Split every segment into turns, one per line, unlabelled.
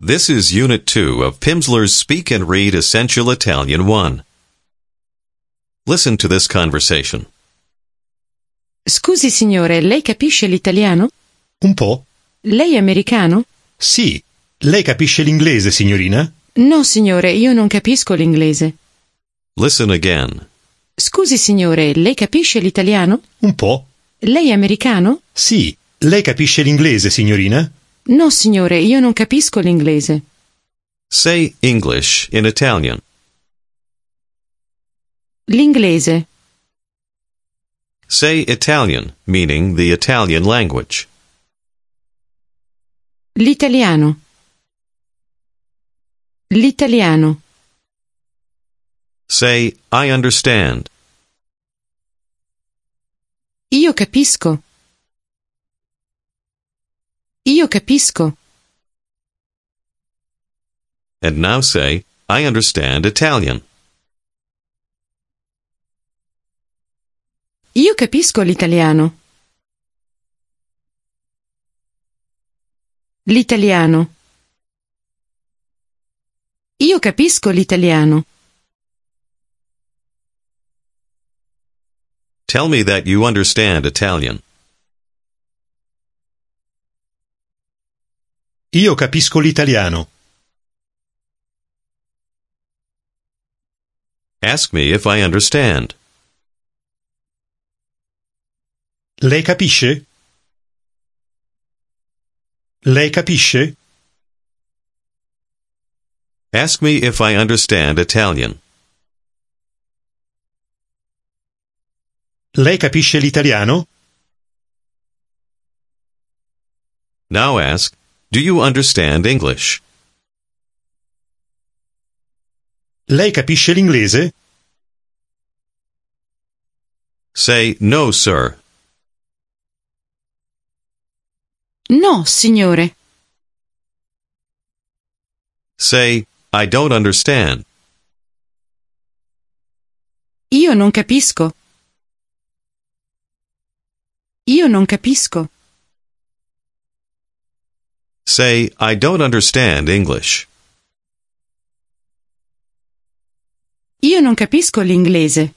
This is Unit 2 of Pimsleur's Speak and Read Essential Italian 1. Listen to this conversation.
Scusi signore, lei capisce l'italiano?
Un po'?
Lei è americano?
Sì. Lei capisce l'inglese, signorina?
No signore, io non capisco l'inglese.
Listen again.
Scusi signore, lei capisce l'italiano?
Un po'?
Lei è americano?
Sì. Lei capisce l'inglese, signorina?
No signore, io non capisco l'inglese.
Say English in Italian.
L'inglese,
Say Italian, meaning the Italian language.
l'italiano. L'italiano,
Say I understand.
io capisco. Io capisco.
And now say I understand Italian.
Io capisco l'italiano. L'italiano. Io capisco l'italiano.
Tell me that you understand Italian.
Io capisco l'italiano.
Ask me if I understand.
Lei capisce? Lei capisce?
Ask me if I understand Italian.
Lei capisce l'italiano?
Now ask, do you understand English?
Lei capisce l'inglese?
Say no, sir.
No, signore.
Say I don't understand.
Io non capisco. Io non capisco.
Say I don't understand English.
Io non capisco l'inglese.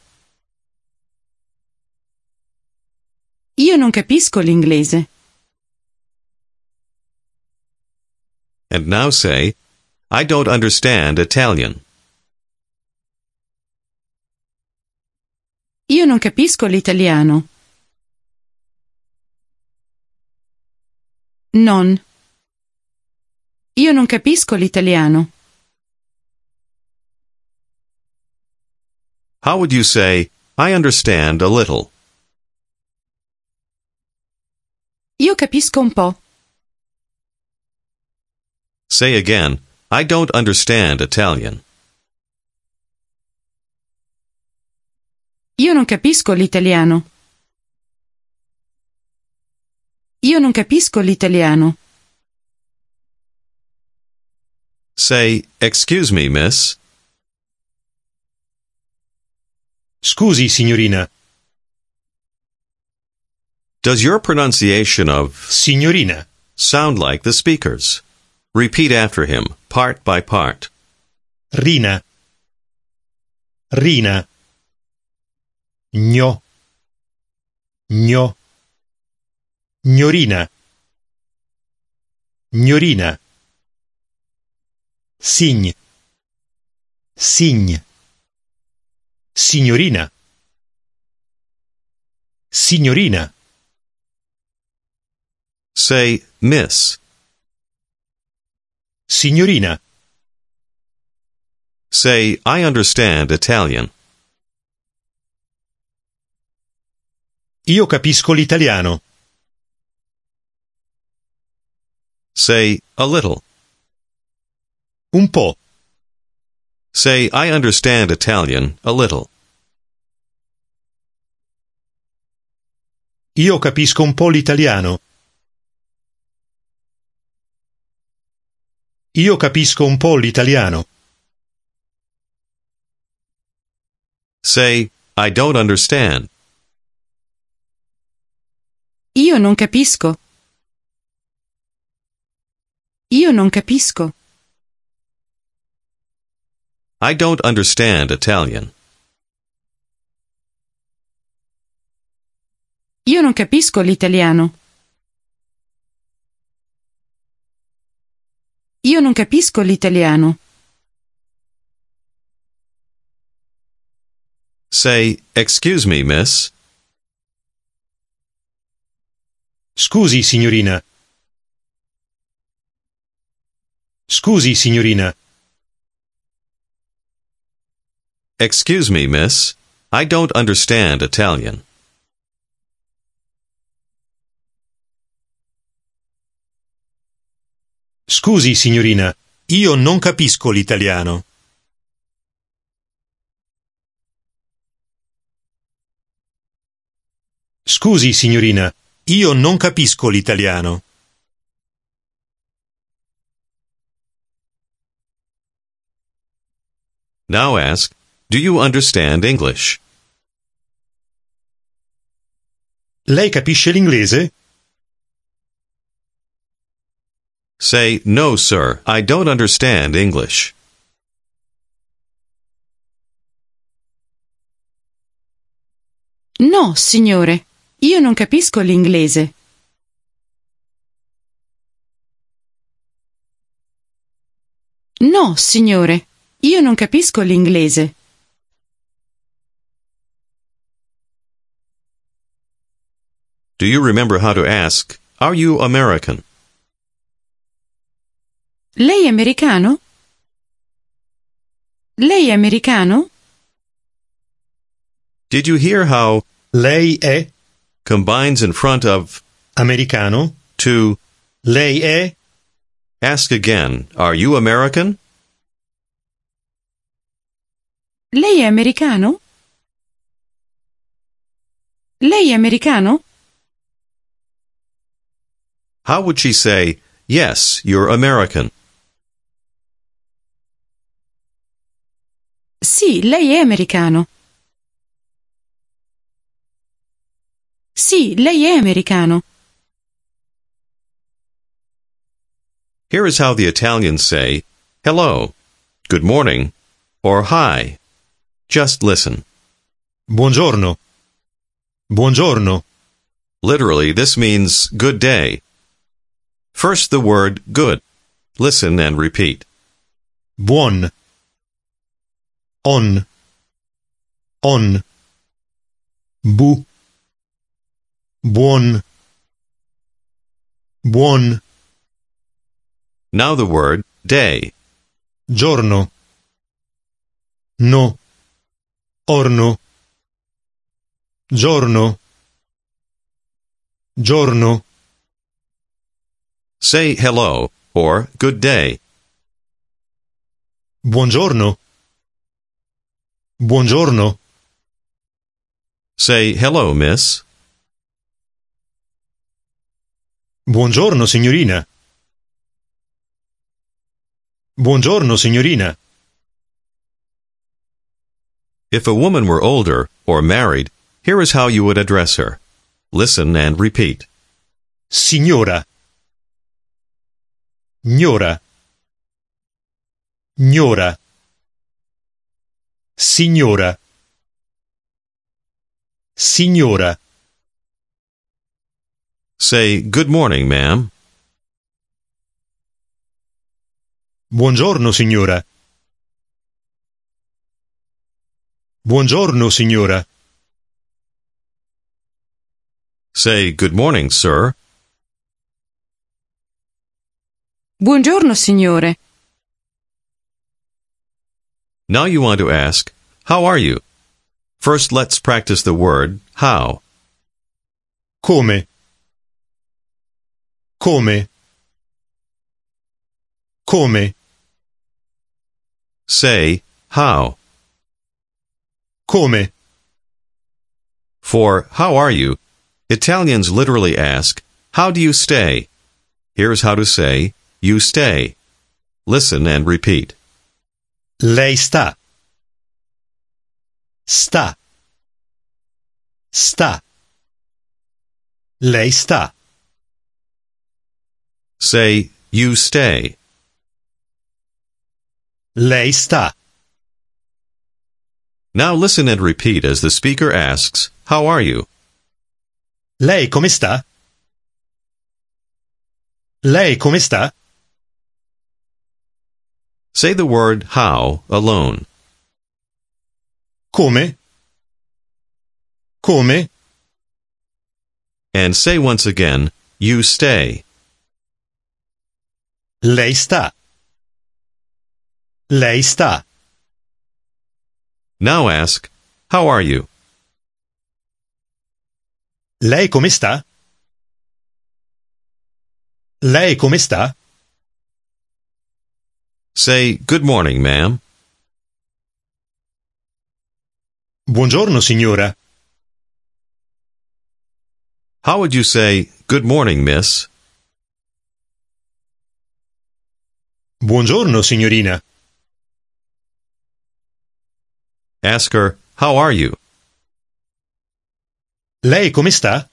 Io non capisco l'inglese.
And now say I don't understand Italian.
Io non capisco l'italiano. Non. Io non capisco l'italiano.
How would you say I understand a little?
Io capisco un po'.
Say again, I don't understand Italian.
Io non capisco l'italiano. Io non capisco l'italiano.
Say, excuse me, miss.
Scusi, signorina.
Does your pronunciation of
Signorina.
sound like the speaker's? Repeat after him, part by part.
Rina. Rina. Gno. Gno. Gnorina. Gnorina. Sign. Sign. Signorina. Signorina.
Say, miss.
Signorina.
Say, I understand Italian.
Io capisco l'italiano.
Say, a little.
Un po'.
Say, I understand Italian a little.
Io capisco un po' l'italiano. Io capisco un po' l'italiano.
Say, I don't understand.
Io non capisco. Io non capisco.
I don't understand Italian.
Io non capisco l'italiano. Io non capisco l'italiano.
Say, Excuse me, miss.
Scusi, signorina. Scusi, signorina.
Excuse me, miss. I don't understand Italian.
Scusi, signorina. Io non capisco l'italiano. Scusi, signorina. Io non capisco l'italiano.
Now ask, Do you understand English?
Lei capisce l'inglese?
Say, No, sir, I don't understand English.
No, signore. Io non capisco l'inglese. No, signore. Io non capisco l'inglese.
Do you remember how to ask, Are you American?
Lei è americano? Lei è americano?
Did you hear how
Lei è
combines in front of
americano?
to
Lei è?
ask again, Are you American?
Lei è americano? Lei è americano?
How would she say, Yes, you're American?
Sì, lei è americano. Sì, lei è americano.
Here is how the Italians say, Hello, good morning, or Hi. Just listen.
Buongiorno. Buongiorno.
Literally, this means good day. First, the word good. Listen and repeat.
Buon. On. On. Bu. Buon. Buon.
Now the word day.
Giorno. No. Orno. Giorno. Giorno.
Say hello or good day.
Buongiorno. Buongiorno.
Say hello, miss.
Buongiorno, signorina. Buongiorno, signorina.
If a woman were older or married, here is how you would address her. Listen and repeat.
Signora. Gnora. Gnora. Signora. Signora.
Say good morning, ma'am.
Buongiorno, signora. Buongiorno, signora.
Say good morning, sir.
Buongiorno, signore.
Now you want to ask, how are you? First, let's practice the word how.
Come? Come? Come?
Say how.
Come?
For how are you? Italians literally ask, how do you stay? Here's how to say, you stay. Listen and repeat.
Lei sta. Sta. Sta. Lei sta.
Say, you stay.
Lei sta.
Now listen and repeat as the speaker asks, How are you?
Lei come sta? Lei come sta?
Say the word how alone.
Come? Come?
And say once again, You stay.
Lei sta. Lei sta.
Now ask, How are you?
Lei come sta? Lei come sta?
Say, Good morning, ma'am.
Buongiorno signora.
How would you say, Good morning, miss?
Buongiorno signorina.
Ask her, How are you?
Lei come sta?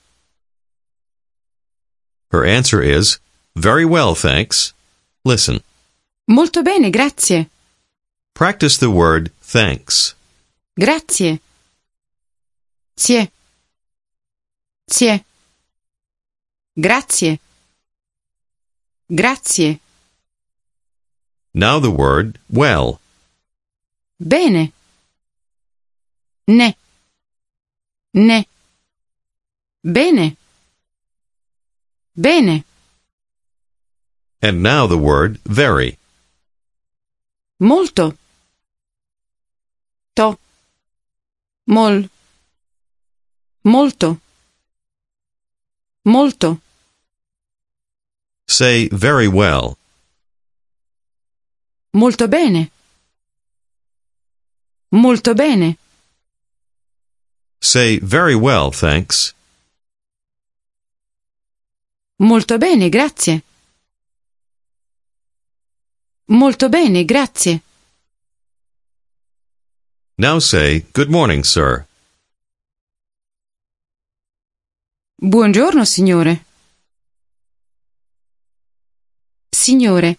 Her answer is, Very well, thanks. Listen.
Molto bene, grazie.
Practice the word thanks.
Grazie. Sì. Sì. Grazie. Grazie.
Now the word well.
Bene. Ne. Ne. Bene. Bene.
And now the word very.
Molto. To. Mol. Molto. Molto.
Say very well.
Molto bene. Molto bene.
Say very well, thanks.
Molto bene, grazie. Molto bene, grazie.
Now say good morning, sir.
Buongiorno, signore. Signore,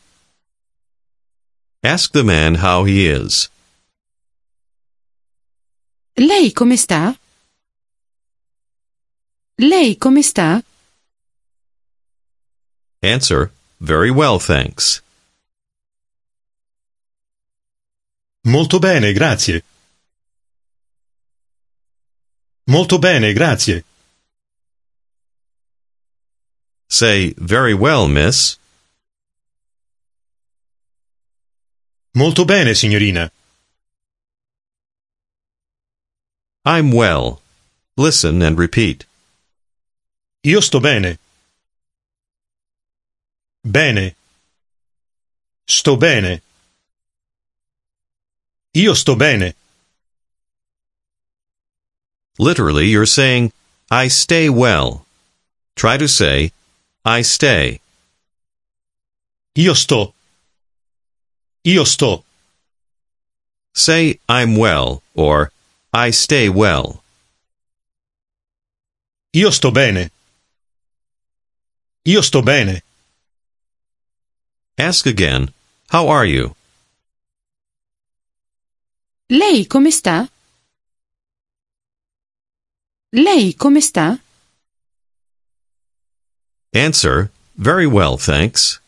Ask the man how he is.
lei come sta? Lei come sta?
Answer very well, thanks.
Molto bene, grazie. Molto bene, grazie.
Say very well, miss.
Molto bene, signorina.
I'm well. Listen and repeat.
Io sto bene. Bene. Sto bene. Io sto bene.
Literally, you're saying, I stay well. Try to say, I stay.
Io sto. Io sto.
Say, I'm well, or I stay well.
Io sto bene. Io sto bene.
Ask again, How are you?
Lei come sta? Lei come sta?
Answer, Very well, thanks.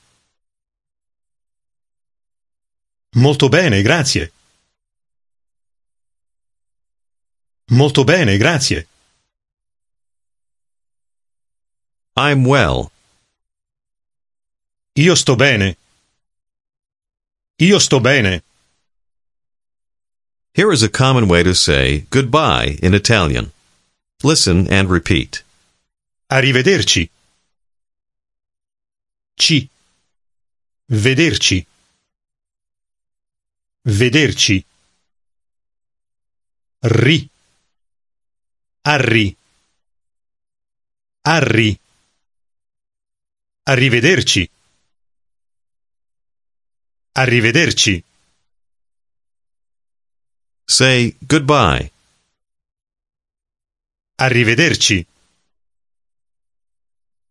Molto bene, grazie. Molto bene, grazie.
I'm well.
Io sto bene. Io sto bene.
Here is a common way to say goodbye in Italian. Listen and repeat.
Arrivederci. Ci. Vederci. Vederci. Ri. Arri. Arri. Arrivederci. Arrivederci.
Say goodbye.
Arrivederci.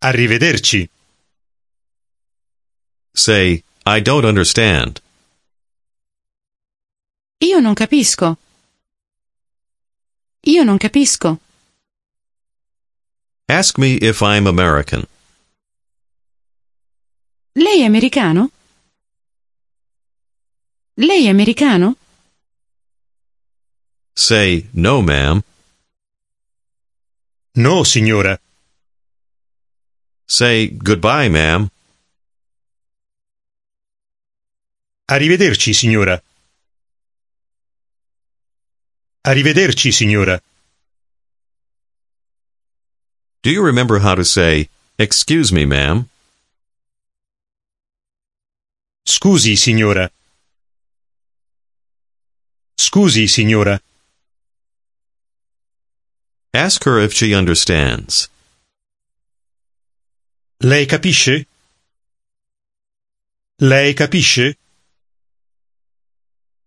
Arrivederci.
Say, I don't understand.
Io non capisco. Io non capisco.
Ask me if I'm American.
Lei è americano? Lei è americano?
Say, no, ma'am.
No, signora.
Say, goodbye, ma'am.
Arrivederci, signora. Arrivederci, signora.
Do you remember how to say, excuse me, ma'am?
Scusi, signora. Scusi, signora.
Ask her if she understands.
Lei capisce? Lei capisce?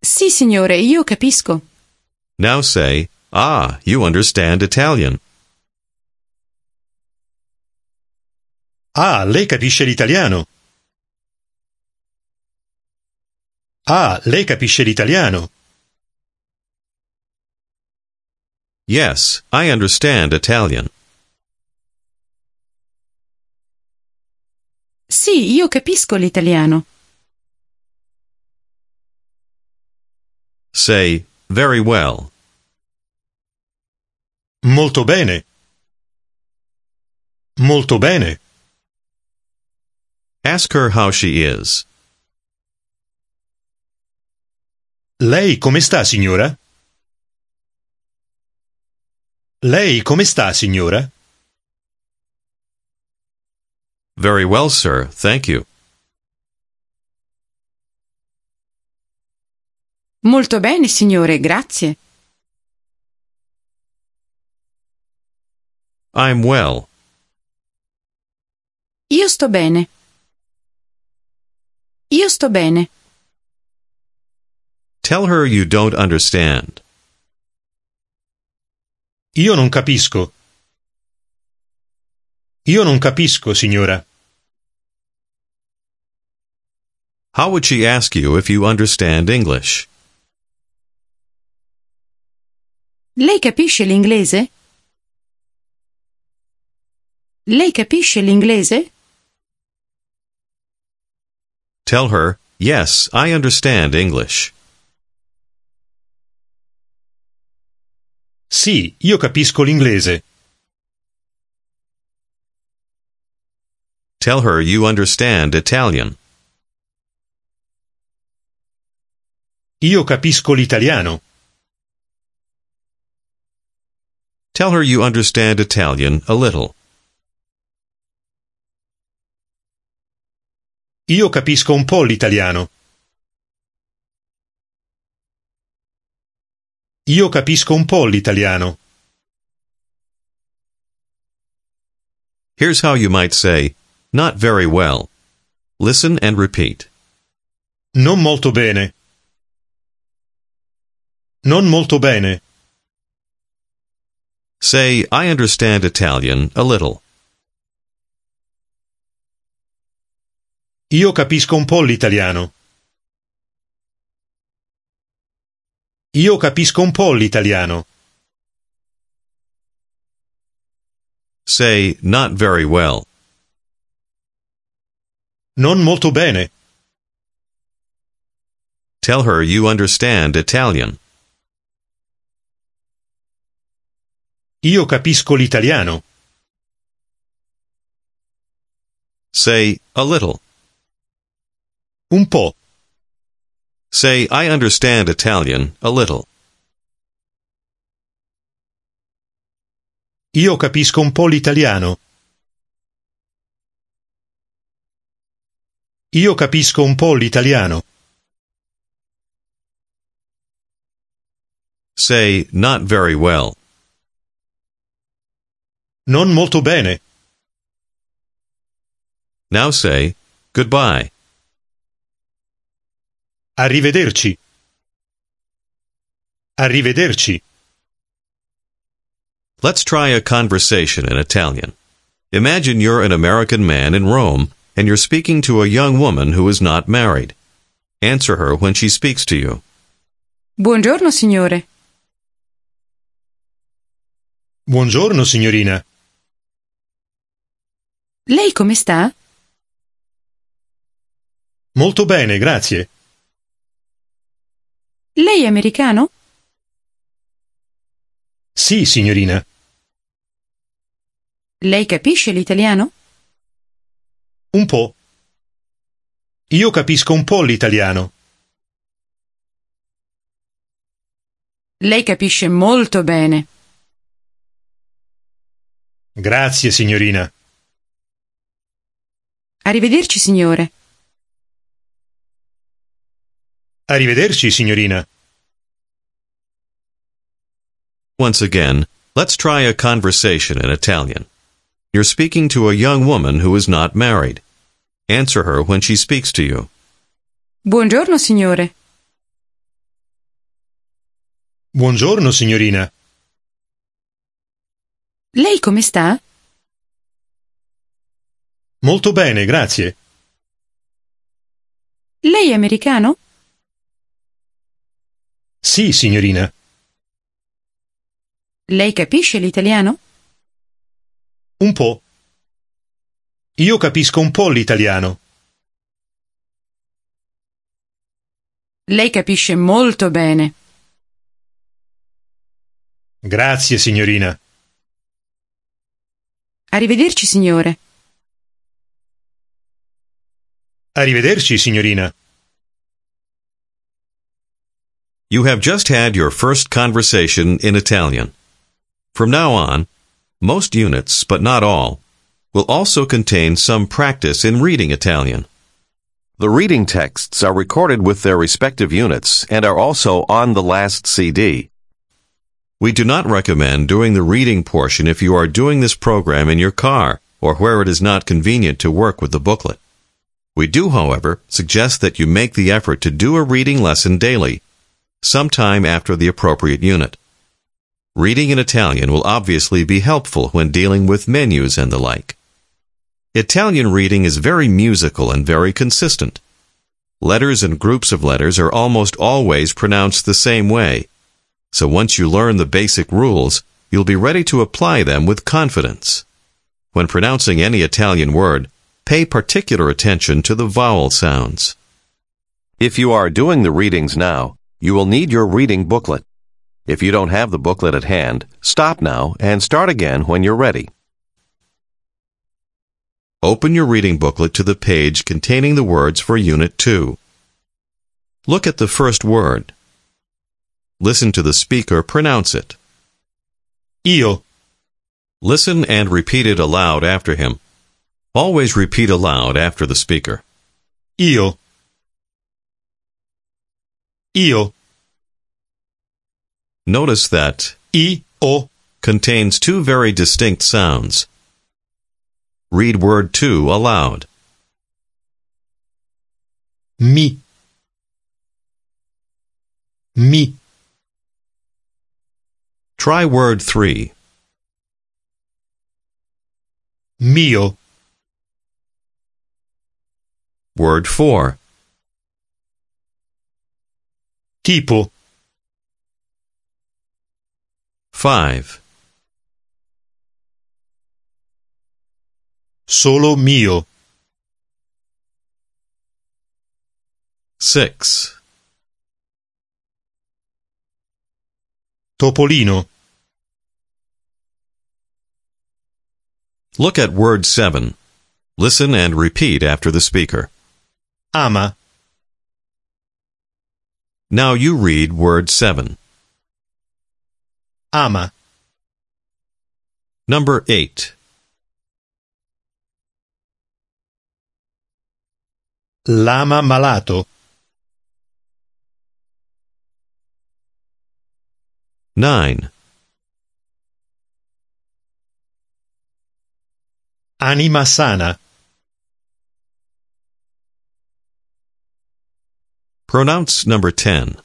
Sì, signore, io capisco.
Now say, ah, you understand Italian.
Ah, lei capisce l'italiano. Ah, lei capisce l'italiano.
Yes, I understand Italian.
Sì, io capisco l'italiano.
Say, very well.
Molto bene. Molto bene.
Ask her how she is.
Lei come sta, signora? Lei come sta, signora?
Very well, sir. Thank you.
Molto bene, signore, grazie.
I'm well.
Io sto bene. Io sto bene.
Tell her you don't understand.
Io non capisco. Io non capisco, signora.
How would she ask you if you understand English?
Lei capisce l'inglese? Lei capisce l'inglese?
Tell her, yes, I understand English.
Sì, io capisco l'inglese.
Tell her you understand Italian.
Io capisco l'italiano.
Tell her you understand Italian a little.
Io capisco un po' l'italiano. Io capisco un po' l'italiano.
Here's how you might say, not very well. Listen and repeat.
Non molto bene. Non molto bene.
Say, I understand Italian a little.
Io capisco un po' l'italiano. Io capisco un po' l'italiano.
Say, not very well.
Non molto bene.
Tell her you understand Italian.
Io capisco l'italiano.
Say, a little.
Un po'.
Say, I understand Italian a little.
Io capisco un po' l'italiano. Io capisco un po' l'italiano.
Say, not very well.
Non molto bene.
Now say, goodbye.
Arrivederci. Arrivederci.
Let's try a conversation in Italian. Imagine you're an American man in Rome and you're speaking to a young woman who is not married. Answer her when she speaks to you.
Buongiorno, signore.
Buongiorno, signorina.
Lei come sta?
Molto bene, grazie.
Lei è americano?
Sì, signorina.
Lei capisce l'italiano?
Un po'. Io capisco un po' l'italiano.
Lei capisce molto bene.
Grazie, signorina.
Arrivederci, signore.
Arrivederci, signorina.
Once again, let's try a conversation in Italian. You're speaking to a young woman who is not married. Answer her when she speaks to you.
Buongiorno, signore.
Buongiorno, signorina.
Lei come sta?
Molto bene, grazie.
Lei è americano?
Sì, signorina.
Lei capisce l'italiano?
Un po'. Io capisco un po' l'italiano.
Lei capisce molto bene.
Grazie, signorina.
Arrivederci, signore.
Arrivederci, signorina.
You have just had your first conversation in Italian. From now on, most units, but not all, will also contain some practice in reading Italian.
The reading texts are recorded with their respective units and are also on the last CD.
We do not recommend doing the reading portion if you are doing this program in your car or where it is not convenient to work with the booklet. We do, however, suggest that you make the effort to do a reading lesson daily, sometime after the appropriate unit. Reading in Italian will obviously be helpful when dealing with menus and the like. Italian reading is very musical and very consistent. Letters and groups of letters are almost always pronounced the same way. So once you learn the basic rules, you'll be ready to apply them with confidence. When pronouncing any Italian word, pay particular attention to the vowel sounds.
If you are doing the readings now, you will need your reading booklet. If you don't have the booklet at hand, stop now and start again when you're ready.
Open your reading booklet to the page containing the words for Unit 2. Look at the first word. Listen to the speaker pronounce it.
Io,
Listen and repeat it aloud after him. Always repeat aloud after the speaker.
io. Io,
Notice that
i, o,
contains two very distinct sounds. Read word 2 aloud.
mi. Mi,
Try word 3.
mio,
Word 4.
tipo,
5.
solo mio,
6.
topolino,
Look at word 7. Listen and repeat after the speaker.
ama,
Now you read word 7.
ama,
Number 8.
lama malato,
Nine,
anima sana,
pronounce number 10.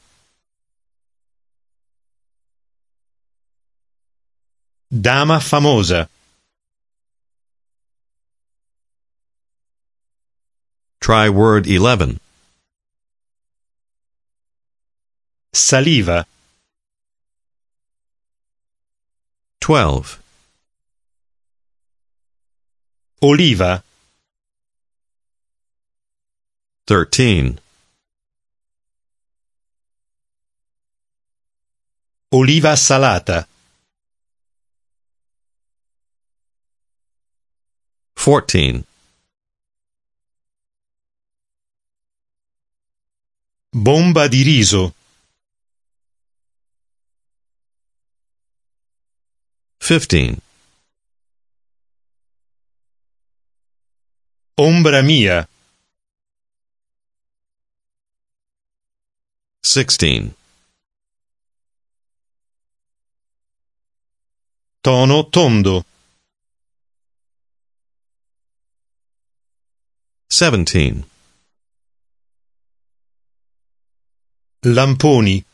dama famosa,
Try word 11.
saliva,
12.
oliva,
13.
oliva salata,
14.
bomba di riso,
15.
ombra mia,
16.
tono tondo,
17.
lamponi,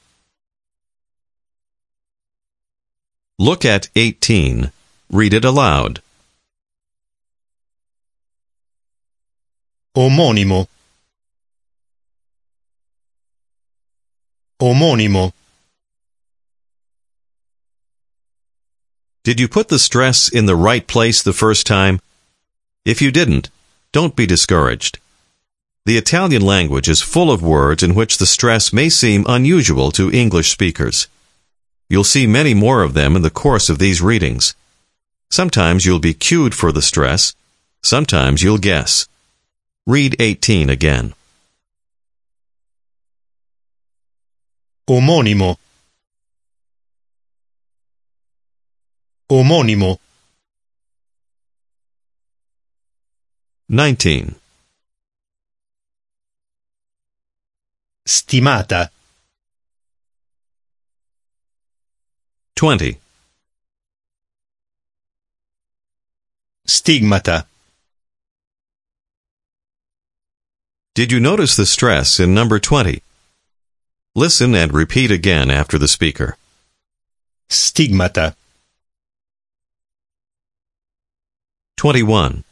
Look at 18. Read it aloud.
omonimo, omonimo,
Did you put the stress in the right place the first time? If you didn't, don't be discouraged. The Italian language is full of words in which the stress may seem unusual to English speakers. You'll see many more of them in the course of these readings. Sometimes you'll be cued for the stress, sometimes you'll guess. Read 18 again.
omonimo, omonimo,
19.
stimata,
20.
stigmata,
Did you notice the stress in number 20? Listen and repeat again after the speaker.
stigmata,
21,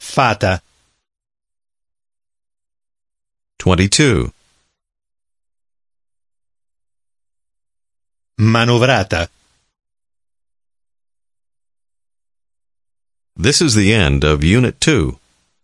fata,
22,
manovrata,
This is the end of Unit 2.